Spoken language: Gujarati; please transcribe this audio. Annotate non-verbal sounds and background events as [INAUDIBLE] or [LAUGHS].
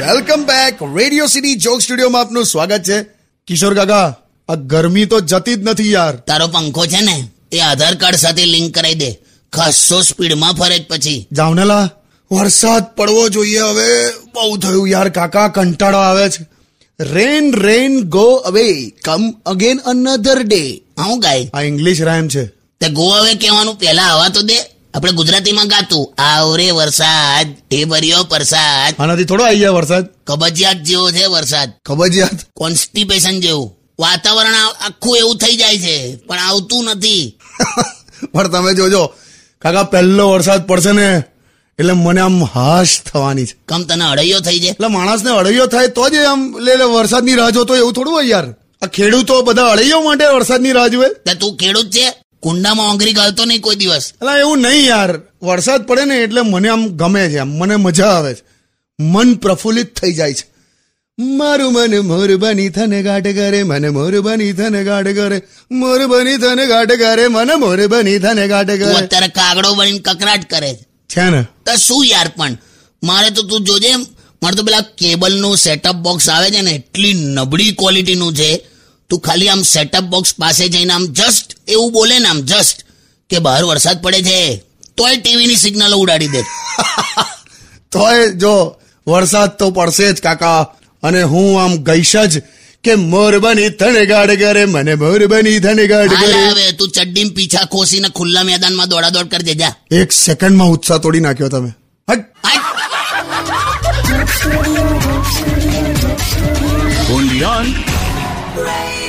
Welcome back Radio City joke સ્ટુડિયોમાં આપનું સ્વાગત છે કિશોર કાકા આ ગરમી તો જતી જ નથી યાર તારો પંખો છે ને એ આધાર કાર્ડ સાથે લિંક કરાવી દે ખાસો સ્પીડમાં ફરે જ પછી જાવનેલા વરસાદ પડવો જોઈએ હવે બહુ થયું યાર કાકા કંટાળો આવે છે rain rain go away come again another day હા હું ગાય આ ઇંગ્લિશ રાયમ છે તે ગોવા હવે કહેવાનું પહેલા આવા તો દે આપણે ગુજરાતીમાં ગાતું આવરે વરસાદ એ ભર્યો પરસાદ આનાથી થોડો આવી જાય વરસાદ કબજિયાત જેવો છે વરસાદ કબજિયાત કોન્સ્ટિપેશન જેવું વાતાવરણ આ- આખું એવું થઈ જાય છે પણ આવતું નથી [LAUGHS] પણ તમે જોજો કાકા પહેલો વરસાદ પડશે ને એટલે મને આમ હાશ થવાની છે કમ તને અડૈયો થઈ જાય એટલે માણસને અળૈયો થાય તો જ એ આમ લે લે વરસાદની રાહ જોતો હોય એવું થોડું હોય યાર આ ખેડૂતો બધા અળૈયો માટે વરસાદની રાહ જોવે તે તું ખેડૂત છે કુંડામાં ઓંગરી ગાળતો નહીં કોઈ દિવસ એટલે એવું નહીં યાર વરસાદ પડે ને એટલે મને આમ ગમે છે આમ મને મજા આવે છે મન પ્રફુલ્લિત થઈ જાય છે મારું મન મોર બની થને ગાઢ કરે મને મોર બની થને ગાઢ કરે મોર બની થને ગાઢ કરે મને મોર બની થને ગાઢ તું કરે અત્યારે કાગડો બનીને કકરાટ કરે છે છે ને તો શું યાર પણ મારે તો તું જોજે મારે તો પેલા કેબલનું સેટઅપ બોક્સ આવે છે ને એટલી નબળી ક્વોલિટીનું છે તું ખાલી આમ સેટઅપ બોક્સ પાસે જઈને આમ જસ્ટ એવું બોલે ને આમ જસ્ટ કે બહાર વરસાદ પડે છે તોય ટીવીની સિગ્નલ ઉડાડી દે તોય જો વરસાદ તો પડશે જ કાકા અને હું આમ ગઈશ જ કે મોર બની થણગાડ કરે મને મોર બની થણગાડ હાલ કરે હવે તું ચડ્ડીમ પીછા ખોસીને ખુલ્લા મેદાનમાં દોડાદોડ કરજે જા એક સેકન્ડમાં ઉત્સાહ તોડી નાખ્યો તમે હટ હાય. only on Radio